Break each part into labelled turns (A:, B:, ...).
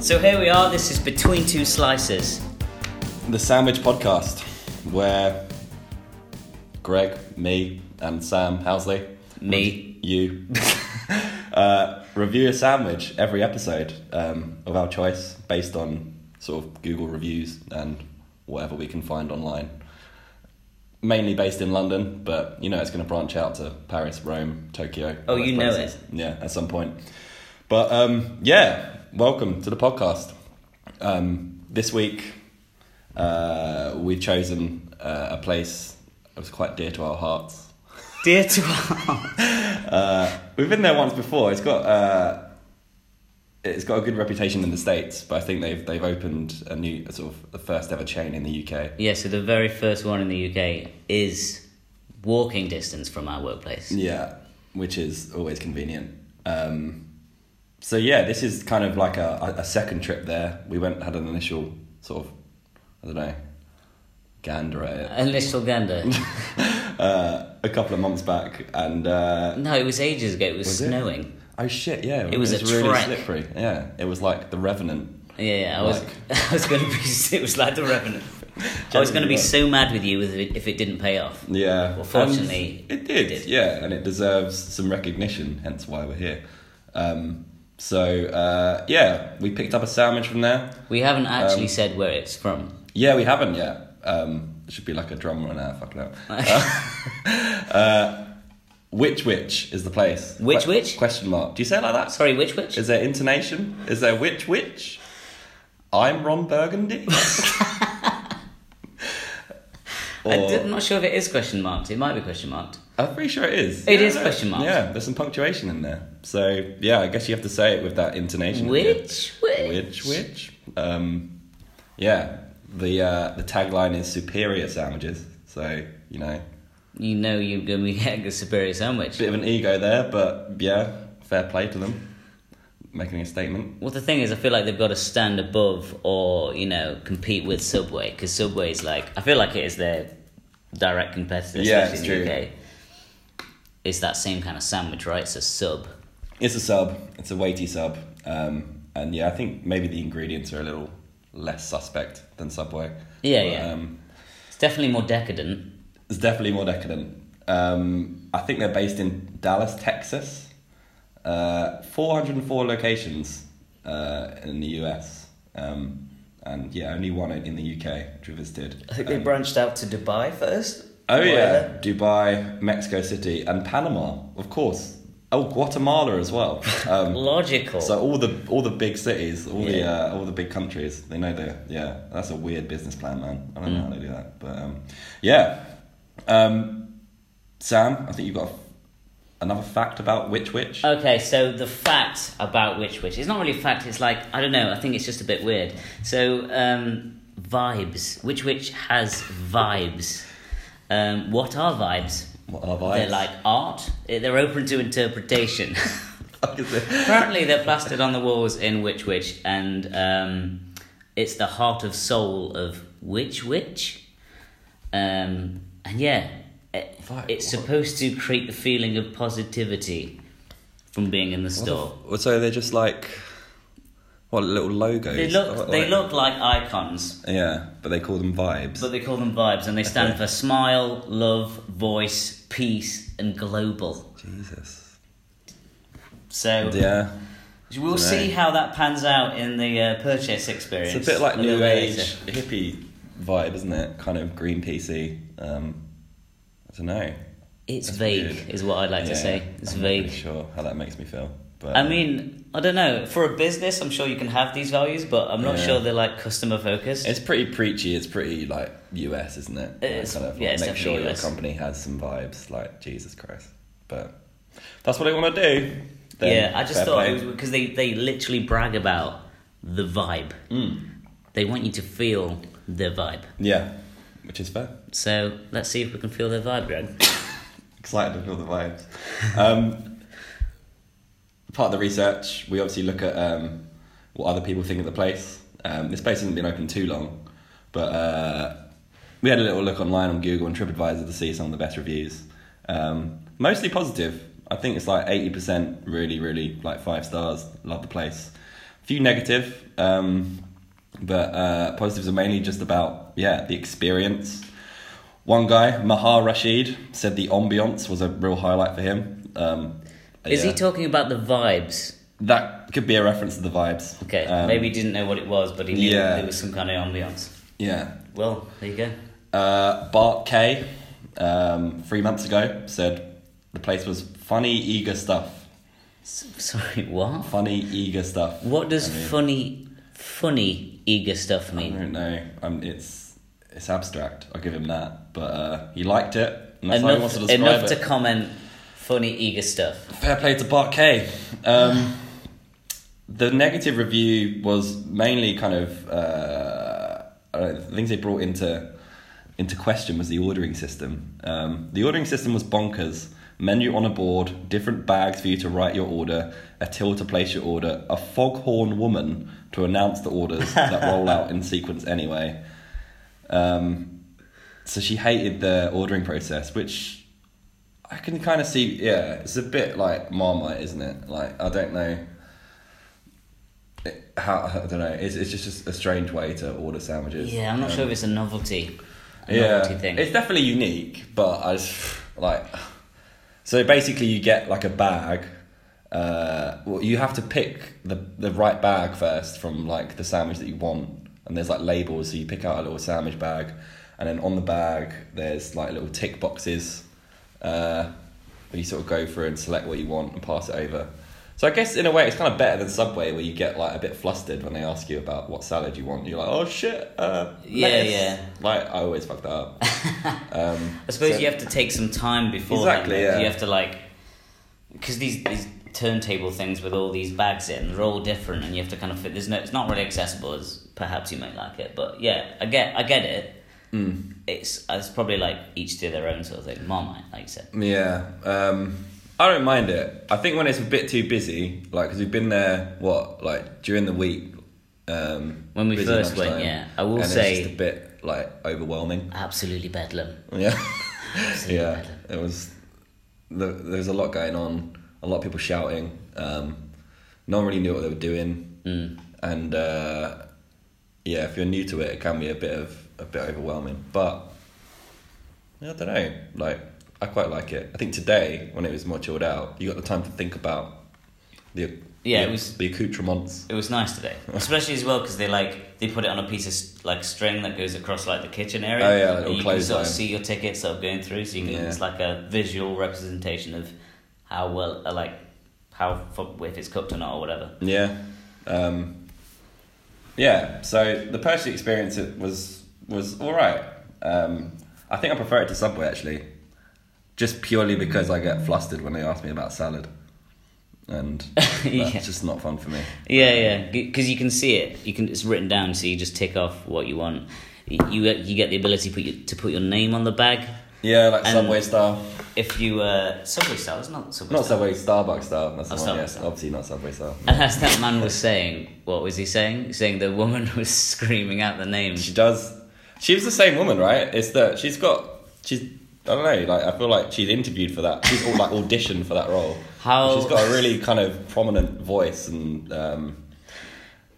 A: So here we are. This is Between Two Slices.
B: The Sandwich Podcast, where Greg, me, and Sam Housley,
A: Me.
B: you, uh, review a sandwich every episode um, of our choice based on sort of Google reviews and whatever we can find online. Mainly based in London, but you know it's going to branch out to Paris, Rome, Tokyo.
A: Oh,
B: all those
A: you know
B: places. Yeah, at some point. But um, yeah, welcome to the podcast. Um, this week, uh, we've chosen uh, a place that was quite dear to our hearts.
A: Dear to our
B: We've been there once before. It's got uh, it's got a good reputation in the states, but I think they've they've opened a new a sort of the first ever chain in the UK.
A: Yeah, so the very first one in the UK is walking distance from our workplace.
B: Yeah, which is always convenient. Um, so yeah, this is kind of like a, a second trip there. We went had an initial sort of I don't know gander at it
A: A little gander.
B: uh, a couple of months back, and uh,
A: no, it was ages ago. It was,
B: Was it?
A: snowing.
B: Oh shit! Yeah,
A: It was a
B: really
A: trek.
B: slippery. Yeah, it was like the Revenant.
A: Yeah, yeah. I was, I was going to be. It was like the revenant. I was going to be so mad with you if it, if it didn't pay off.
B: Yeah.
A: Well, fortunately,
B: And it did.
A: it did.
B: Yeah, and it deserves some recognition. Hence why we're here. Um, so uh, yeah, we picked up a sandwich from there.
A: We haven't actually said where it's from.
B: Yeah, we haven't yet. Um, it should be like a drum run out. Fucking hell. Uh, uh, which which is the place?
A: Which
B: Que-
A: which?
B: Question mark. Do you say it like that?
A: Sorry, which which?
B: Is there intonation? Is there which which? I'm Ron Burgundy. or,
A: I did- I'm not sure if it is question marked. It might be question marked.
B: I'm pretty sure it is.
A: It is
B: no,
A: question mark.
B: Yeah, there's some punctuation in there. So yeah, I guess you have to say it with that intonation. at the end.
A: Which which?
B: Which which? Um, yeah, the uh, the tagline is superior sandwiches. So you know,
A: You know you're going to be getting a superior sandwich.
B: bit of an ego there, but yeah, fair play to them, making a statement.
A: Well, the thing is, I feel like they've got to stand above or, you know, compete with Subway because Subway is like, I feel like it is their direct competitor,
B: Yeah,
A: especially in
B: it's
A: the
B: true.
A: UK. It's that same kind of sandwich, right? It's a sub.
B: It's a sub. It's a weighty sub. Um, and yeah, I think maybe the ingredients are a little less suspect than Subway.
A: Yeah,
B: But,
A: yeah.
B: Um,
A: It's definitely more decadent.
B: it's definitely more decadent. Um, I think they're based in Dallas, Texas. Uh, 404 locations uh, in the US. Um, and yeah, only one in the UK, which we visited. Um,
A: branched out to Dubai first.
B: Oh yeah, Dubai, Mexico City, and Panama, of course. Oh, Guatemala as well. Um,
A: Logical.
B: So all the all the big cities, all the
A: Yeah.
B: uh, all the big countries, they know they yeah. That's a weird business plan, man. I don't
A: Mm.
B: know how they do that, but um, yeah. Um, Sam, I think you've got a f- another fact about Witch Witch.
A: Okay, so the fact about Witch Witch, it's not really a fact, it's like, I don't know, I think it's just a bit weird. So, um, vibes. Witch Witch has vibes. Um, what are vibes?
B: what are
A: They're
B: vibes?
A: like art, Eh, they're open to interpretation.
B: Fuck is it?
A: Apparently, they're plastered on the walls in Witch Witch, and um, it's the heart of soul of Witch Witch. Um, and yeah, it,
B: Fuck,
A: it's
B: what?
A: supposed to create the feeling of positivity from being in the
B: What the
A: store.
B: f- so they're just like what little logos.
A: They look, they look like icons,
B: Yeah, but they call them vibes.
A: but they call them vibes, and they stand
B: Okay.
A: for smile, love, voice, peace, and global.
B: Jesus.
A: So
B: Yeah.
A: we'll
B: Right.
A: see how that pans out in the uh, purchase experience.
B: It's a bit like
A: little
B: new
A: bit
B: age
A: later.
B: hippie vibe, isn't it? Kind of green PC. Um, I don't know.
A: It's
B: That's
A: vague,
B: weird.
A: is what I'd like to say. It's
B: I'm Not
A: vague.
B: really sure how that makes me feel, but
A: I mean, I don't know. For a business, I'm sure you can have these values, but I'm not
B: Yeah.
A: sure they're like customer focused.
B: it's pretty preachy. It's pretty like US, isn't it? Like,
A: It's-
B: kind of
A: yeah,
B: like,
A: it's
B: make
A: definitely
B: sure your
A: US.
B: company has some vibes. Like Jesus Christ, but that's what I want to do. then.
A: yeah, I just
B: Fair
A: thought
B: play.
A: it was because they, they literally brag about the vibe.
B: Hmm.
A: They want you to feel their vibe.
B: yeah, which is fair.
A: So let's see if we can feel their vibe, Greg.
B: excited to feel the vibes. Um, part of the research, we obviously look at um, what other people think of the place. Um, this place hasn't been open too long, but uh, we had a little look online on Google and TripAdvisor to see some of the best reviews. Um, mostly positive. I think it's like eighty percent really, really like five stars. Love the place. few negative, um, but uh, positives are mainly just about yeah the experience. One guy, Mahar Rashid, said the ambiance was a real highlight for him. Um,
A: Is
B: yeah.
A: he talking about the vibes?
B: that could be a reference to the vibes?
A: Okay,
B: Um,
A: maybe he didn't know what it was, but he knew
B: yeah.
A: there was some kind of ambiance.
B: Yeah.
A: Well, there you go.
B: Uh, Bart K, um, three months ago, said the place was funny, eager stuff.
A: S- sorry, what?
B: Funny, eager stuff.
A: What does
B: I mean-
A: funny, funny, eager stuff
B: I
A: mean?
B: don't know. Um, it's it's abstract. I'll give him that. But uh, he liked it. And that's how he
A: Enough,
B: wants to describe
A: enough
B: it.
A: to comment. Funny, eager stuff.
B: Fair play to Bart K. Um, the negative review was mainly kind of uh, I don't know, the things they brought into into question was the ordering system. Um, the ordering system was bonkers. Menu on a board, different bags for you to write your order, a till to place your order, a foghorn woman to announce the orders that roll out in sequence anyway. Um, so she hated the ordering process, which I can kind of see. Yeah, it's a bit like Marmite, isn't it? Like I don't know. It, how I don't know. It's it's just a strange way to order sandwiches.
A: Yeah, I'm not
B: Um,
A: sure if it's a novelty, a
B: yeah,
A: novelty thing.
B: it's definitely unique, but I just like. So basically, you get like a bag. Uh, well, you have to pick the the right bag first from like the sandwich that you want, and there's like labels. So you pick out a little sandwich bag, and then on the bag there's like little tick boxes. Uh, where you sort of go through and select what you want and pass it over. So I guess in a way it's kind of better than Subway where you get like a bit flustered when they ask you about what salad you want. You're like, oh shit, uh,
A: Yeah,
B: lettuce."
A: yeah.
B: Like I always fuck that up. um,
A: I suppose
B: so-
A: you have to take some time before that,
B: Exactly,
A: though.
B: yeah.
A: You have to like because these these turntable things with all these bags in, they're all different, and you have to kind of fit. There's no, it's not really accessible as perhaps you might like it, but yeah, I get, I get it.
B: Hmm.
A: It's it's probably like each to their own sort of thing. Marmite, like you said.
B: Yeah, um, I don't mind it. I think when it's a bit too busy, like because we've been there what like during the week. Um,
A: When we
B: busy
A: first went,
B: lunchtime,
A: yeah. I will
B: and it's
A: say-
B: just a bit like overwhelming.
A: Absolutely bedlam.
B: Yeah,
A: Absolutely
B: yeah.
A: bedlam.
B: It was there, there was a lot going on. A lot of people shouting. Um, no one really knew what they were doing,
A: Mm.
B: and uh, yeah, if you're new to it, it can be a bit of a bit overwhelming. But yeah, I don't know. Like, I quite like it. I think today, when it was more chilled out, you got the time to think about the
A: Yeah,
B: the,
A: it was-
B: the accoutrements.
A: It was nice today, especially as well because they like they put it on a piece of s- like string that goes across like the kitchen area.
B: Oh, yeah, like a
A: and you can
B: clothesline.
A: sort of see your tickets sort of going through, so you can
B: Yeah.
A: it's like a visual representation of how well uh, like how fu- if it's cooked or not or whatever.
B: Yeah, um, yeah. So the personal experience it was was all right. Um, I think I prefer it to Subway actually, just purely because I get flustered when they ask me about salad, and that's
A: Yeah.
B: just not fun for me.
A: Yeah, yeah, because you can see it. You can it's written down, so you just tick off what you want. Y- You get- you get the ability put your, to put your name on the bag
B: Yeah, like
A: And-
B: Subway style.
A: if you uh, Subway style. It's not Subway.
B: Not
A: style.
B: Subway, Starbucks style. That's the
A: Oh,
B: one,
A: Starbucks
B: yes.
A: style.
B: Obviously not Subway style.
A: And as that man was saying, what was he saying? He was Saying the woman was screaming out the name.
B: She does... She was the same woman, right? It's that she's got... She's... I don't know, like, I feel like she's interviewed for that. She's, like, auditioned for that role.
A: How-
B: She's got a really kind of prominent voice and, um...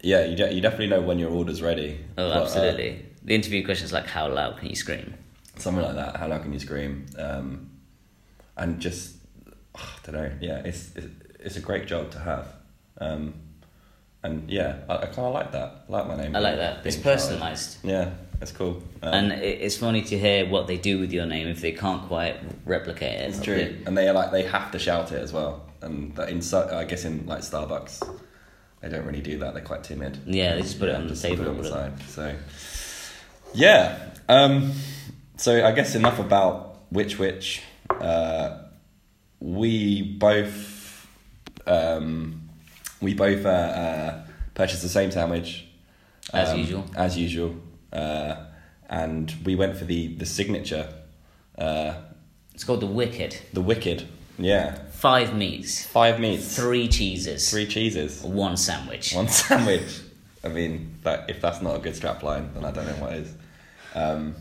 B: Yeah, you, de- you definitely know when your order's ready.
A: Oh,
B: But, uh,
A: absolutely. the interview question is like, how loud can you scream?
B: something like that. How loud can you scream? Um, and just I don't know. Yeah, it's it's, it's a great job to have. Um, and yeah, I, I kind of like that. I like my name.
A: I like that. It's
B: being shouted.
A: personalised.
B: Yeah, it's cool. Um,
A: And it- it's funny to hear what they do with your name if they can't quite replicate it.
B: it's true. And they are like they have to shout it as well. And that in so- I guess in like Starbucks, they don't really do that. They're quite timid.
A: Yeah, they just put it on the
B: just put
A: table.
B: it on the
A: but-
B: side. So yeah. Um, so I guess enough about Witch Witch. Uh, we both um, we both uh, uh, purchased the same sandwich
A: As
B: Um,
A: usual.
B: As usual, uh, and we went for the the signature, uh,
A: It's called The Wicked.
B: the wicked. Yeah,
A: Five meats,
B: five meats,
A: three cheeses,
B: three cheeses,
A: one sandwich.
B: one sandwich. I mean, that if that's not a good strap line, then I don't know what is. Um,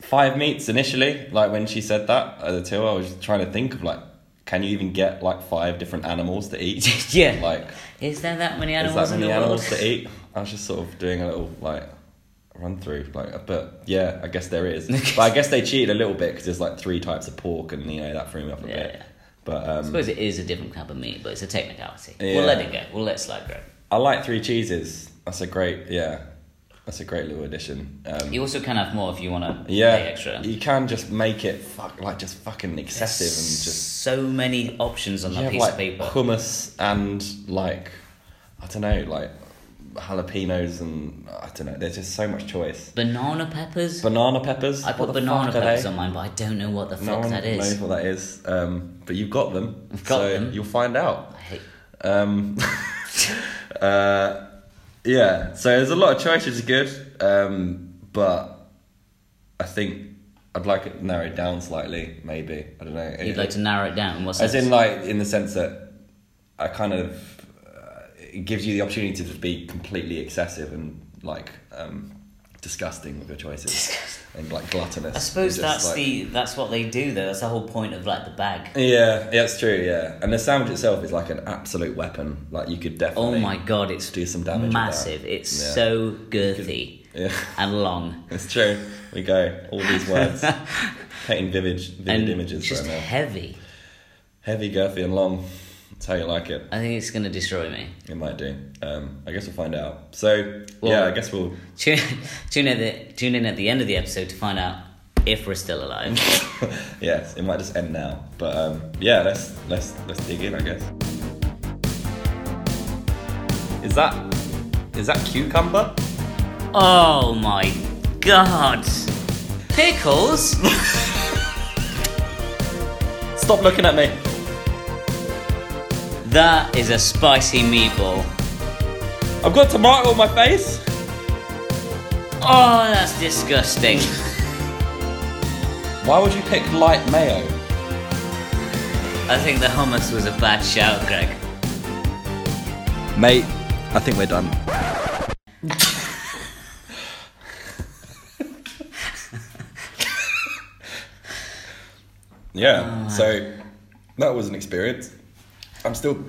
B: uh, five meats initially, like when she said that at the till, I was trying to think of like can you even get like five different animals to eat?
A: Yeah.
B: Like,
A: Is there that many
B: is
A: animals
B: that
A: in
B: many
A: the world?
B: animals to eat? I was just sort of doing a little like run through, like, uh, but yeah, I guess there is. but I guess they cheated a little bit because there's like three types of pork, and you know that threw me off a
A: Yeah,
B: bit.
A: yeah.
B: But
A: I
B: um,
A: suppose it is a different kind of meat, but it's a technicality.
B: Yeah.
A: We'll let it go. We'll let it slide, go.
B: I like three cheeses. That's a great, yeah, that's a great little addition. Um,
A: You also can have more if you want to
B: yeah,
A: pay extra.
B: you can just make it fuck like just fucking excessive and just
A: so many options on
B: you
A: that
B: have,
A: piece
B: like
A: of paper.
B: hummus and like I don't know, like jalapenos and I don't know. There's just so much choice.
A: Banana peppers.
B: Banana peppers.
A: I put
B: what the
A: banana
B: fuck are
A: peppers
B: they?
A: on mine, but I don't know what the
B: No
A: fuck
B: one
A: that
B: knows
A: is.
B: what that is, um, but you've got them.
A: I've got
B: so
A: them.
B: You'll find out.
A: I hate-
B: Um, uh, yeah, so there's a lot of choice, which is good, um, but I think I'd like it narrowed down slightly, maybe. I don't know.
A: You'd like to narrow it down. What's
B: As
A: that?
B: in, like, in the sense that I kind of. Uh, it gives you the opportunity to just be completely excessive and, like, um, disgusting with your choices. And, like, gluttonous.
A: I suppose
B: and just,
A: that's
B: like-
A: the that's what they do though. That's the whole point of like the bag.
B: Yeah, yeah, it's true, yeah. And the sandwich itself is, like, an absolute weapon. Like, you could
A: Oh
B: definitely.
A: my god, it's
B: do some damage with that.
A: massive. It's
B: Yeah.
A: so girthy
B: Yeah.
A: and long.
B: It's true. We go all these words, painting vivid, vivid
A: and
B: images
A: just
B: right now.
A: heavy.
B: Heavy, girthy, and long. That's how you like it.
A: I think it's gonna destroy me.
B: It might do. Um, I guess we'll find out. So yeah,
A: Well-
B: I guess we'll.
A: Tune, tune, in the, tune in at the end of the episode to find out if we're still alive.
B: yes, it might just end now. But um, yeah, let's let's let's dig in. I guess. Is that is that cucumber?
A: oh my god! Pickles?
B: Stop looking at me.
A: that is a spicy meatball.
B: I've got tomato on my face.
A: Oh, that's disgusting.
B: Why would you pick light mayo?
A: I think the hummus was a bad shout, Greg.
B: Mate, I think we're done. yeah, so that was an experience. I'm still,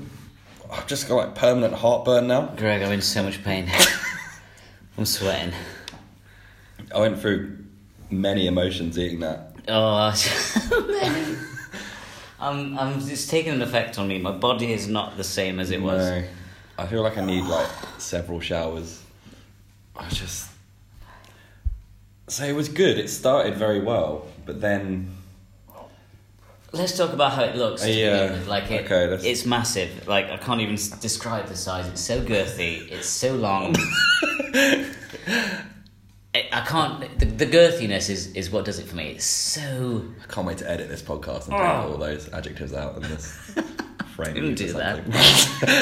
B: I've just got like permanent heartburn now.
A: Greg, I'm in so much pain. I'm sweating.
B: I went through many emotions eating that.
A: Oh, man. I'm, I'm, it's taking an effect on me. My body is not the same as it was.
B: No, I feel like I need like several showers. I just. So it was good. It started very well, but then
A: Let's talk about how it looks. to
B: Yeah.
A: begin with. Like it,
B: Okay, let's-
A: it's massive. Like I can't even s- describe the size. It's so girthy. It's so long. I I can't. The, the girthiness is, is what does it for me. It's so.
B: I can't wait to edit this podcast and take all those adjectives out and this
A: Oh.
B: frame.
A: Don't
B: it or
A: do that.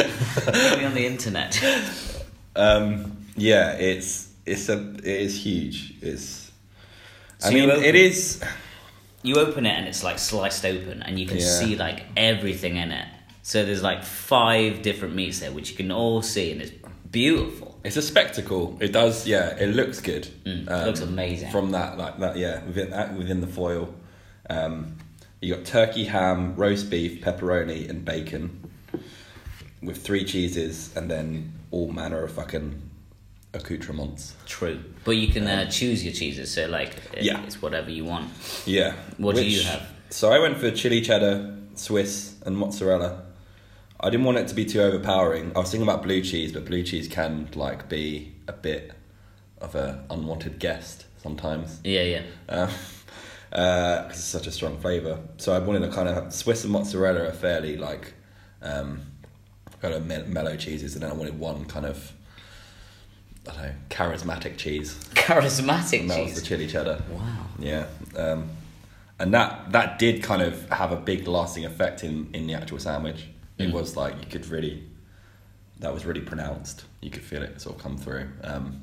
B: something.
A: Only on the internet.
B: Um, yeah, it's it's a it is huge. It's.
A: So
B: I
A: you
B: mean,
A: open-
B: it is.
A: You open it and it's like sliced open, and you can
B: Yeah.
A: see like everything in it. So there's like five different meats there, which you can all see, and it's beautiful.
B: It's a spectacle. It does. Yeah, it looks good.
A: Mm,
B: Um,
A: it looks amazing.
B: From that, like that, yeah, within that, within the foil, um, you got turkey, ham, roast beef, pepperoni, and bacon, with three cheeses, and then all manner of fucking accoutrements.
A: True, but you can uh, choose your cheeses. So like, it-
B: Yeah.
A: it's whatever you want.
B: Yeah.
A: What do you have?
B: So I went for chili cheddar, Swiss, and mozzarella. I didn't want it to be too overpowering. I was thinking about blue cheese, but blue cheese can like be a bit of a unwanted guest sometimes
A: Yeah, yeah.
B: because it's such a strong flavour. So I wanted to kind of Swiss and mozzarella are fairly like um, kind of me- mellow cheeses, and then I wanted one kind of I don't know charismatic cheese.
A: Charismatic
B: And that was
A: cheese.
B: the chili cheddar.
A: Wow.
B: Yeah, um, and that that did kind of have a big lasting effect in in the actual sandwich.
A: Mm.
B: It was like you could really, that was really pronounced. You could feel it sort of come through. Um,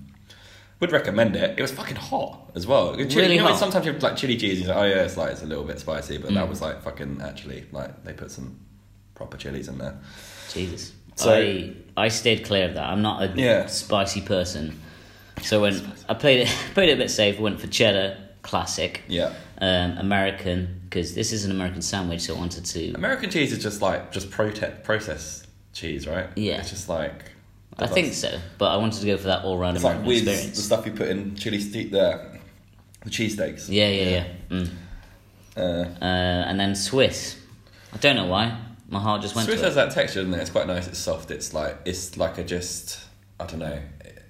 B: would recommend it. It was fucking hot as well. Chili,
A: Really
B: you know,
A: hot. Mm.
B: Sometimes you have like chili cheese. And you're like, oh yeah, it's like it's a little bit spicy, but that was like fucking actually like they put some proper chilies in there.
A: Jesus.
B: So-
A: I I stayed clear of that. I'm not a
B: Yeah.
A: spicy person. So when I played it played it a bit safe, went for cheddar, classic.
B: Yeah.
A: Um, American, because this is an American sandwich, so I wanted to.
B: American cheese is just like just prote- processed cheese, right?
A: Yeah.
B: It's just like
A: I think so, but I wanted to go for that all round
B: It's like
A: American
B: with the
A: experience.
B: stuff you put in chili steak, the the cheese steaks.
A: Yeah, yeah, yeah. Mm.
B: Uh,
A: Uh, and then Swiss. I don't know why. My heart just went
B: Swiss
A: to it.
B: has that texture, doesn't it? It's quite nice. It's soft. It's like it's like a just I don't know. It,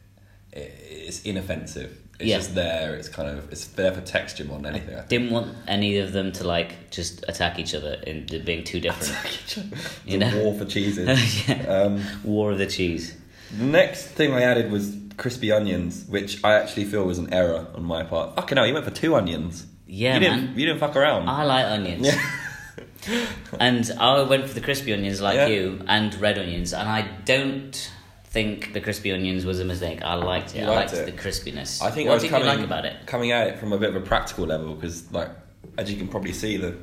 B: it- it's inoffensive. It's
A: Yeah.
B: just there. It's kind of it's there for texture more than anything. I think.
A: Didn't want any of them to like just attack each other and th- being too different.
B: It's
A: You
B: a
A: know?
B: war for cheeses.
A: Yeah.
B: um,
A: War of the cheese.
B: the next thing I added was crispy onions, which I actually feel was an error on my part. Fucking hell, you went for two onions.
A: Yeah,
B: you didn't,
A: man.
B: You didn't fuck around.
A: I like onions.
B: Yeah.
A: and I went for the crispy onions like
B: Yeah.
A: you and red onions, and I don't think the crispy onions was a mistake. I liked it.
B: You
A: I
B: liked
A: liked
B: it.
A: the crispiness.
B: I think
A: what
B: I was
A: did
B: coming
A: you like about it?
B: coming at it from a bit of a practical level because, like, as you can probably see, the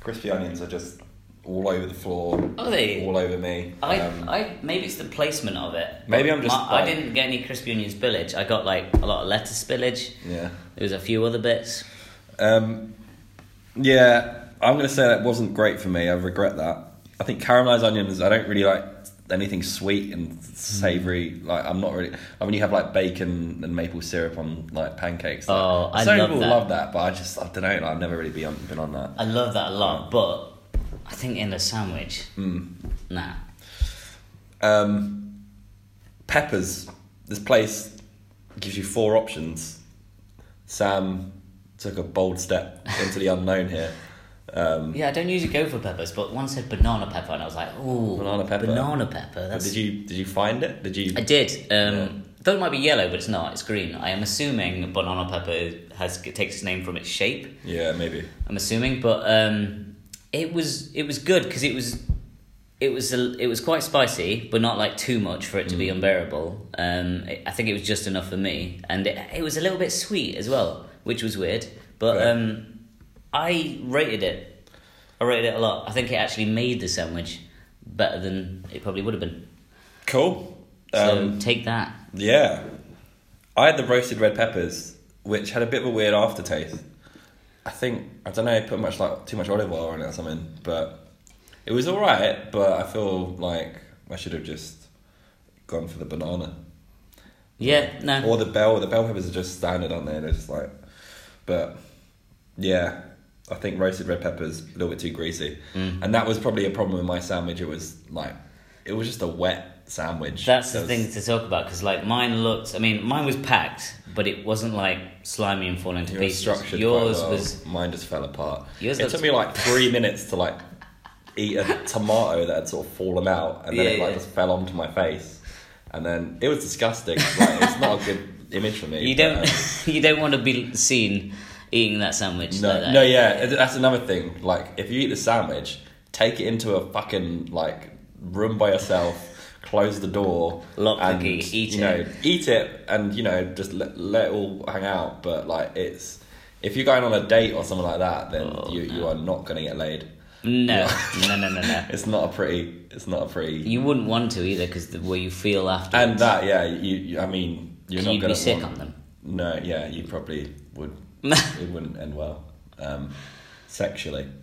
B: crispy onions are just all over the floor.
A: Are they?
B: all over me?
A: I,
B: Um,
A: I maybe it's the placement of it.
B: Maybe I'm just,
A: I, I
B: like-
A: didn't get any crispy onions spillage. I got like a lot of lettuce spillage.
B: yeah,
A: There was a few other bits.
B: um, yeah. I'm gonna say that wasn't great for me. I regret that. I think caramelized onions. I don't really like anything sweet and savory. Like, I'm not really. I mean, you have like bacon and maple syrup on like pancakes. Like,
A: Oh, I
B: some
A: love
B: people
A: that.
B: love that, but I just I don't know. Like, I've never really been on, been on that.
A: I love that a lot, but I think in a sandwich,
B: Hmm.
A: nah.
B: um, peppers. This place gives you four options. Sam took a bold step into the unknown here. Um,
A: Yeah, I don't usually go for peppers, but one said banana pepper, and I was like, ooh,
B: Banana pepper.
A: Banana pepper.
B: but
A: That's
B: did you did you find it? Did you?
A: I did. Um, Though it might be yellow, but it's not. It's green. I am assuming banana pepper has takes its name from its shape.
B: Yeah, maybe.
A: I'm assuming, but um, it was it was good because it was it was a, it was quite spicy, but not like too much for it to be
B: Mm.
A: unbearable. Um, it, I think it was just enough for me, and it, it was a little bit sweet as well, which was weird. But
B: Right.
A: um, I rated it. I rated it a lot. I think it actually made the sandwich better than it probably would have been.
B: Cool.
A: So
B: Um,
A: take that.
B: yeah, I had the roasted red peppers, which had a bit of a weird aftertaste. I think I don't know. It put much like too much olive oil on it or something, but it was all right. But I feel like I should have just gone for the banana.
A: Yeah. No.
B: Or the bell. The bell peppers are just standard, aren't they? They're just like, but yeah, I think roasted red peppers a little bit too greasy,
A: Mm.
B: and that was probably a problem with my sandwich. It was like, it was just a wet sandwich.
A: That's
B: There
A: the thing
B: was-
A: to talk about because, like, mine looked. I mean, mine was packed, but it wasn't like slimy and falling to
B: Yours was
A: pieces.
B: structured.
A: Yours
B: quite well.
A: was.
B: Mine just fell apart.
A: Yours
B: it
A: looked-
B: took me like three minutes to like eat a tomato that had sort of fallen out, and then
A: Yeah,
B: it like
A: yeah.
B: just fell onto my face, and then it was disgusting. like, it's not a good image for me.
A: You
B: but,
A: don't.
B: um,
A: you don't want to be seen eating that sandwich. like
B: No,
A: that.
B: no, yeah, that's another thing. Like, if you eat the sandwich, take it into a fucking like room by yourself, close the door,
A: Lock the
B: and,
A: key, eat
B: you
A: it.
B: Know, eat it, and you know, just let, let it all hang out. But like, it's if you're going on a date or something like that, then
A: Oh,
B: you you are not gonna get laid.
A: No, no, no, no, no.
B: It's not a pretty. It's not a pretty.
A: You wouldn't want to either because the way you feel after.
B: And that, yeah, you. you I mean, you're not
A: you'd
B: gonna
A: be sick
B: want-
A: on them.
B: No, yeah, you probably would. it wouldn't end well, um, sexually.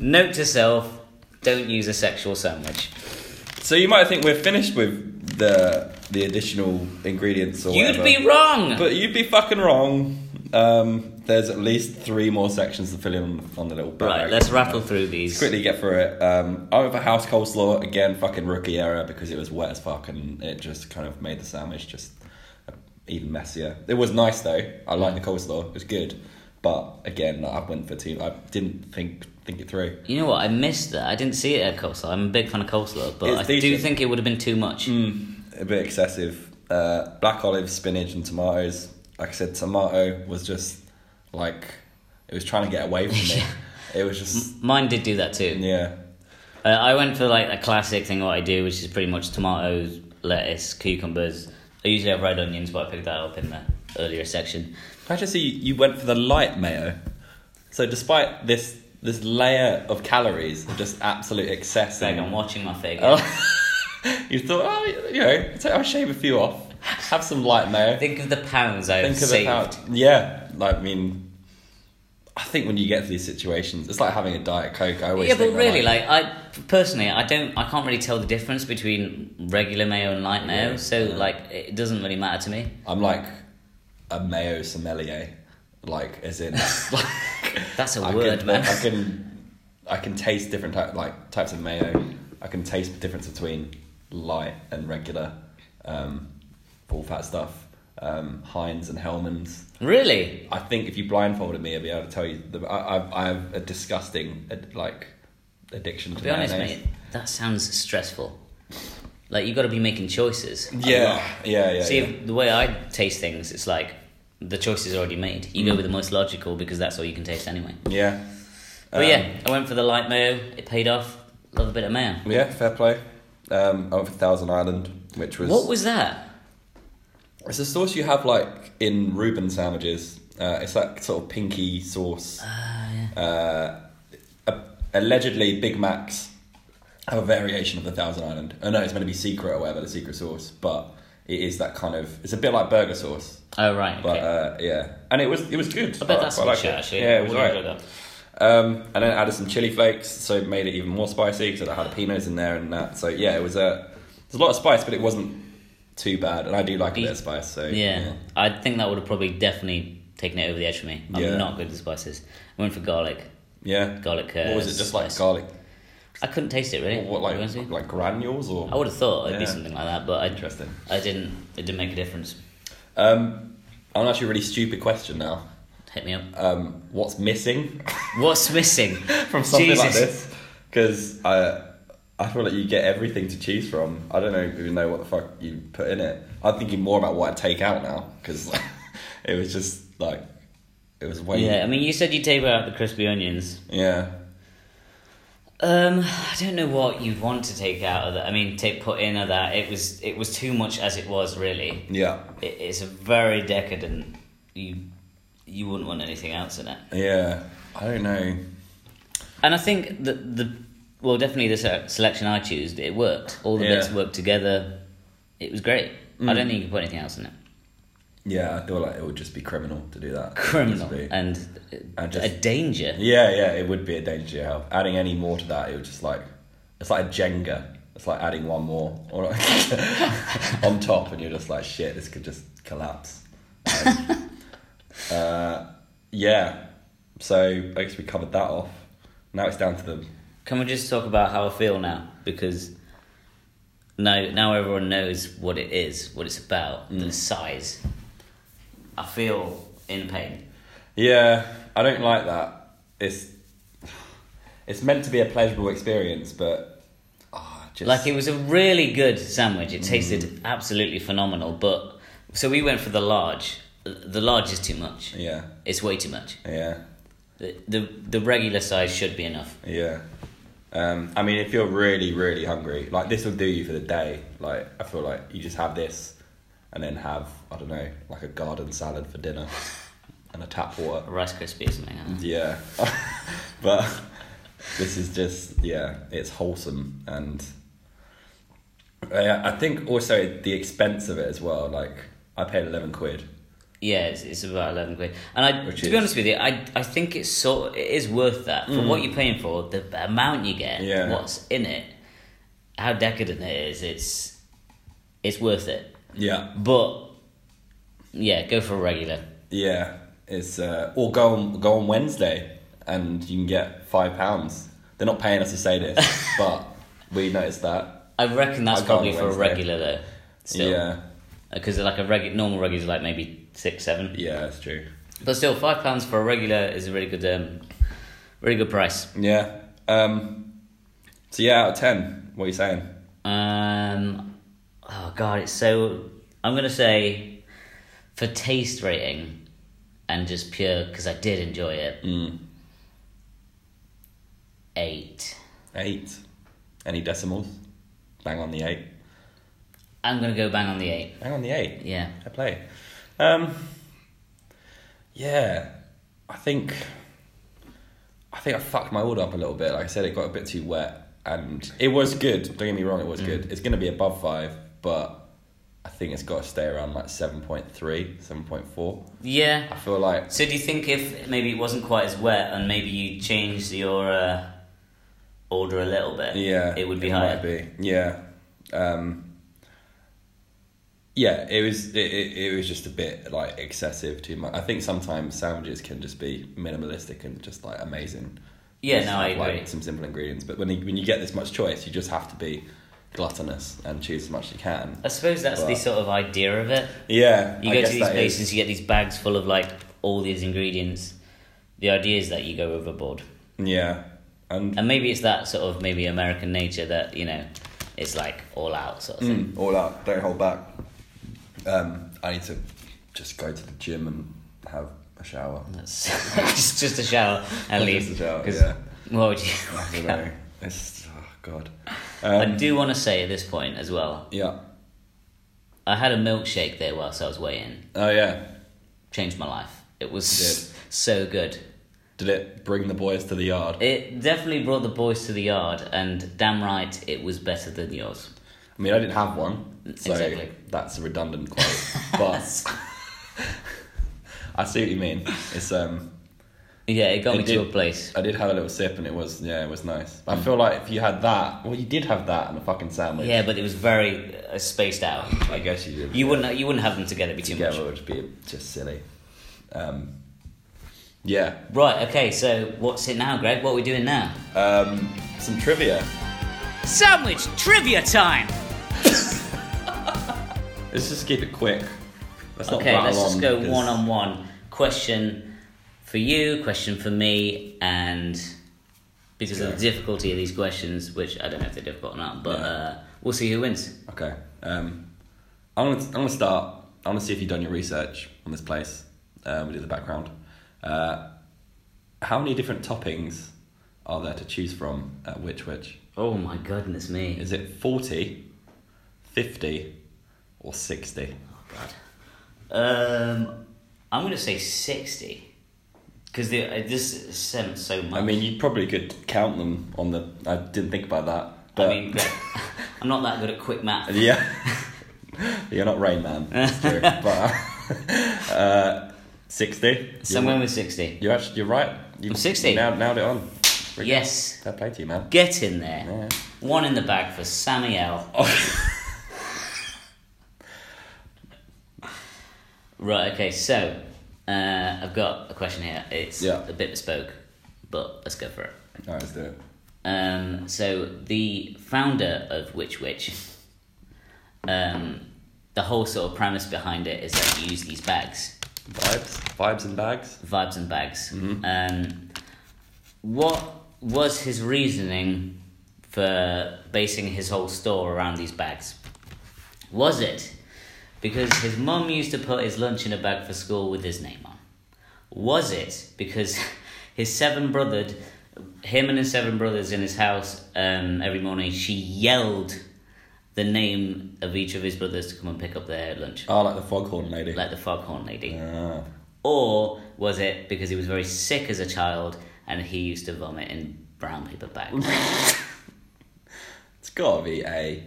A: Note to self: don't use a sexual sandwich.
B: So you might think we're finished with the the additional ingredients or
A: You'd
B: whatever.
A: be wrong.
B: But you'd be fucking wrong. Um, there's at least three more sections to fill in on the little bag.
A: right, let's rattle through these.
B: quickly get through it. Um, I went for house coleslaw again, fucking rookie error because it was wet as fuck and it just kind of made the sandwich just uh, even messier. It was nice though. I liked the coleslaw. It was good, but again, like, I went for two. I didn't think think it through.
A: You know what? I missed that. I didn't see it at coleslaw. I'm a big fan of coleslaw, but
B: It's
A: I do
B: decent.
A: think it would have been too much.
B: Mm. a bit excessive. Uh, black olives, spinach, and tomatoes. Like I said, tomato was just like it was trying to get away from me. It was just
A: Mine did do that too.
B: yeah,
A: Uh, I went for like a classic thing. What I do, which is pretty much tomatoes, lettuce, cucumbers. I usually have red onions, but I picked that up in the earlier section.
B: I just see you went for the light mayo. So despite this this layer of calories, of just absolute excess,
A: Like
B: and-
A: I'm watching my figure.
B: Oh. you thought, oh, you know, so I'll shave a few off. Have some light mayo.
A: Think of the pounds I've
B: Think of
A: saved.
B: the pound. Yeah, like I mean, I think when you get to these situations, it's like having a diet coke. I always
A: Yeah, but
B: think,
A: really,
B: like,
A: like I personally, I don't, I can't really tell the difference between regular mayo and light mayo.
B: Yeah,
A: so
B: yeah.
A: like, it doesn't really matter to me.
B: I'm like a mayo sommelier, like as in like,
A: That's a
B: I
A: word,
B: can,
A: man.
B: I can I can taste different type, like types of mayo. I can taste the difference between light and regular, um, full fat stuff, um, Heinz and Hellman's.
A: Really?
B: I think if you blindfolded me, I'd be able to tell you. The, I, I, I have a disgusting ad- like addiction to
A: To be honest,
B: mayonnaise.
A: mate, that sounds stressful. Like you got to be making choices. a lot.
B: Yeah, yeah, yeah.
A: See,
B: yeah.
A: the way I taste things, it's like the choice is already made. You
B: Mm.
A: go with the most logical because that's all you can taste anyway.
B: yeah.
A: But
B: Um,
A: yeah, I went for the light mayo. It paid off. Love a bit of mayo.
B: yeah, fair play. Um, over Thousand Island, which was
A: What was that?
B: It's a sauce you have like in Reuben sandwiches. Uh, it's that sort of pinky sauce. Uh, a- allegedly, Big Macs have a variation of the Thousand Island. I know it's meant to be secret or whatever, the secret sauce, but it is that kind of. It's a bit like burger sauce,
A: Oh right,
B: but
A: okay.
B: uh, yeah, and it was it was good.
A: I bet that's
B: quite
A: good
B: liked
A: shit
B: it.
A: actually.
B: Yeah, it was
A: Would enjoy
B: alright.
A: that.
B: Um, and then added some chili flakes, so it made it even more spicy because it had jalapenos in there and that. So yeah, it was a there's a lot of spice, but it wasn't too bad. And I do like a bit of spice, so
A: Yeah. I think that would have probably definitely taken it over the edge for me. I'm
B: Yeah.
A: not good at spices. I went for garlic.
B: Yeah.
A: Garlic. Uh,
B: What was it? Just like
A: spice.
B: garlic?
A: I couldn't taste it really.
B: Or what,
A: to be honest with
B: like
A: you.
B: like granules or?
A: I would have thought it'd be
B: Yeah.
A: something like that, but I
B: Interesting.
A: I didn't. It didn't make a difference.
B: Um, I'm actually a really stupid question now.
A: Hit me up.
B: Um, what's missing
A: What's missing
B: from something
A: Jesus.
B: like this? Because I, I feel like you get everything to choose from. I don't know even know what the fuck you put in it. I'm thinking more about what I take out now because it was just like it was way
A: Yeah, I mean, you said you take out the crispy onions.
B: yeah.
A: Um, I don't know what you'd want to take out of that. I mean, take put in of that. It was it was too much as it was really.
B: yeah.
A: It, it's a very decadent. You you wouldn't want anything else in it.
B: Yeah, I don't know.
A: And I think the the well, definitely the se- selection I choose, it worked. All the
B: Yeah.
A: bits worked together. It was great. I don't think you could put anything else in it.
B: Yeah, I feel like it would just be criminal to do that.
A: Criminal
B: Just be-
A: and
B: And just-
A: a danger.
B: Yeah, yeah, it would be a danger to your health. Adding any more to that, it would just like it's like a Jenga. It's like adding one more or like on top, and you're just like, shit, this could just collapse. Um, uh, yeah, so I guess we covered that off. Now it's down to the
A: Can we just talk about how I feel now? Because now, now everyone knows what it is, what it's about, the size. I feel in pain.
B: yeah. I don't like that. It's it's meant to be a pleasurable experience, but ah, just
A: Like it was a really good sandwich. It tasted absolutely phenomenal. But so we went for the large. The large is too much.
B: yeah,
A: It's way too much.
B: yeah.
A: The the, the regular size should be enough.
B: Yeah. Um, I mean, if you're really, really hungry, like this will do you for the day. Like, I feel like you just have this and then have, I don't know, like a garden salad for dinner and a tap water.
A: Rice crispy or something. I don't know.
B: Yeah. but this is just, yeah, it's wholesome. And I, I think also the expense of it as well. Like, I paid 11 quid.
A: Yeah, it's, it's about eleven quid, and I
B: Which
A: to
B: is-
A: be honest with you, I I think it's so it is worth that for what you're paying for, the amount you get,
B: Mm. Yeah.
A: what's in it, how decadent it is. It's it's worth it,
B: Yeah.
A: but yeah, go for a regular.
B: Yeah, it's uh, or go on go on Wednesday and you can get five pounds. They're not paying us to say this, but we noticed that.
A: I reckon that's
B: I'll go on
A: probably for a
B: Wednesday.
A: regular though, still,
B: Yeah,
A: because like a regu- normal regular is like maybe six seven,
B: yeah, that's true.
A: but still five pounds for a regular is a really good um, really good price.
B: Yeah. Um, so yeah, out of ten, what are you saying?
A: Um, oh god, it's so. I'm gonna say, for taste rating, and just pure because I did enjoy it.
B: Mm,
A: Eight.
B: eight. Any decimals? Bang on the eight.
A: I'm gonna go bang on the eight.
B: Bang on the eight.
A: Yeah.
B: I play. Um, yeah, I think I think I fucked my order up a little bit. Like I said, it got a bit too wet, and it was good. Don't get me wrong, it was good. It's going to be above five, but I think it's got to stay around like 7.3, 7.4.
A: Yeah.
B: I feel like
A: So do you think if maybe it wasn't quite as wet and maybe you changed your uh, order a little bit,
B: Yeah,
A: it would be
B: might
A: higher.
B: be. Yeah, um, yeah. It was it, it, it was just a bit like excessive too much. I think sometimes sandwiches can just be minimalistic and just like amazing.
A: Yeah,
B: Just
A: no, I
B: like
A: agree.
B: some simple ingredients, but when you, when you get this much choice, you just have to be gluttonous and choose as much as you can.
A: I suppose that's the
B: But-
A: sort of idea of it.
B: Yeah,
A: You
B: I
A: go
B: guess
A: to these
B: that is-
A: places, you get these bags full of like all these ingredients. The idea is that you go overboard,
B: Yeah, and
A: and maybe it's that sort of maybe American nature that you know, it's like all out sort of thing.
B: Mm, all out. Don't hold back. Um, I need to just go to the gym and have a shower.
A: That's just, just a shower and leave.
B: Just a shower,
A: 'Cause
B: yeah.
A: What would you?
B: I don't know. It's oh god.
A: I
B: Um,
A: do want to say at this point as well.
B: yeah.
A: I had a milkshake there whilst I was waiting.
B: Oh yeah.
A: Changed my life. It
B: Did.
A: was so good.
B: Did it bring the boys to the yard?
A: It definitely brought the boys to the yard, and damn right, it was better than yours.
B: I mean, I didn't have one, so
A: Exactly.
B: that's a redundant quote. but I see what you mean. It's um,
A: Yeah, it got
B: It
A: me to
B: did.
A: a place.
B: I did have a little sip, and it was yeah, it was nice. I feel like if you had that, well, you did have that and a fucking sandwich.
A: Mm. Yeah, but it was very uh, spaced out.
B: I guess you did.
A: You wouldn't you wouldn't have them together. It'd be too
B: together
A: much.
B: would be just silly. Um, yeah.
A: Right. Okay. So what's it now, Greg? What are we doing now?
B: Um, some trivia.
A: Sandwich trivia time.
B: Let's just keep it quick. Let's not
A: Okay,
B: rattle
A: let's just go
B: because-
A: one on one. Question for you, question for me, and because of the difficulty of these questions, which I don't know if they're difficult or not, but
B: Yeah.
A: uh, we'll see who wins.
B: Okay. Um, I'm gonna I'm gonna start. I want to see if you've done your research on this place. Um, we do the background. Uh, how many different toppings are there to choose from at Witch Witch?
A: Oh my goodness me.
B: Is it 40, 50, or 60?
A: oh god. Um, I'm going to say 60. Because uh, this sounds so much.
B: I mean, you probably could count them on the. I didn't think about that. But
A: I mean Greg, I'm not that good at quick math.
B: yeah, you're not Rain Man. That's true. but uh, 60.
A: So I'm going with 60.
B: You're actually you're right. You,
A: I'm 60.
B: You nailed, nailed it on. Really?
A: Yes.
B: Fair play to you, man.
A: Get in there.
B: Yeah.
A: One in the bag for Sammy L. right, okay, so uh, I've got a question here. It's
B: Yeah.
A: a bit bespoke, but let's go for it.
B: Alright, let's do it.
A: Um, so, the founder of Witch Witch, um, the whole sort of premise behind it is that you use these bags,
B: Vibes, vibes and bags.
A: vibes and bags. Um, what was his reasoning for basing his whole store around these bags? Was it because his mum used to put his lunch in a bag for school with his name on? Was it because his seven brothered, him and his seven brothers in his house um, every morning, she yelled the name of each of his brothers to come and pick up their lunch,
B: Oh, like the foghorn lady.
A: like the foghorn lady?
B: Ah.
A: Or was it because he was very sick as a child and he used to vomit in brown paper bags?
B: it's gotta be A.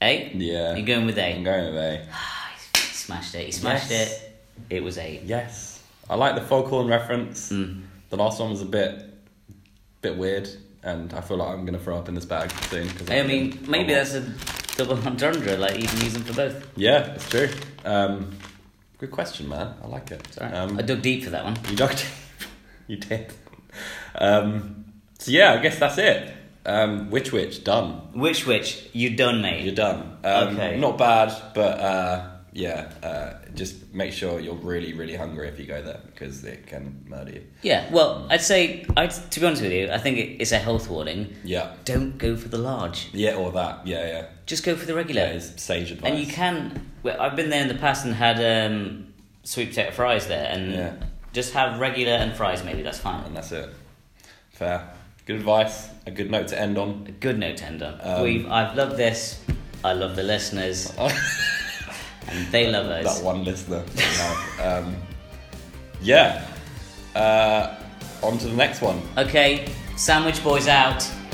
A: A?
B: Yeah.
A: You're going with
B: I'm
A: A.
B: going with A.
A: Ah, he smashed it. He smashed
B: Yes.
A: it. It was A.
B: Yes. I like the foghorn reference.
A: Mm.
B: The last one was a bit bit weird and I feel like I'm gonna throw up in this bag soon. 'cause
A: I
B: I've
A: mean,
B: been-
A: maybe that's a double entendre. Like you can use them for both.
B: Yeah, it's true. Um, good question, man. I like it.
A: Sorry.
B: Um,
A: I dug deep for that one.
B: You dug deep. you did. Um, so yeah, I guess that's it. Um, witch witch done.
A: Which which you done,
B: You're
A: mate?
B: done. Um,
A: Okay.
B: Not bad, but uh, yeah. Uh, just make sure you're really really hungry if you go there because it can murder you.
A: Yeah. Well, I'd say I. To be honest with you, I think it, it's a health warning.
B: Yeah.
A: Don't go for the large.
B: Yeah, or that. Yeah, yeah.
A: Just go for the regular.
B: That is sage advice.
A: And you can. Well, I've been there in the past and had um, sweet potato fries there, and
B: Yeah.
A: just have regular and fries. Maybe that's fine.
B: And that's it. Fair. Good advice. A good note to end on.
A: A good note to end on.
B: Um,
A: We've. I've loved this. I love the listeners, and they love us.
B: that one listener. um, yeah. Uh, on to the next one.
A: Okay, Sandwich Boys out.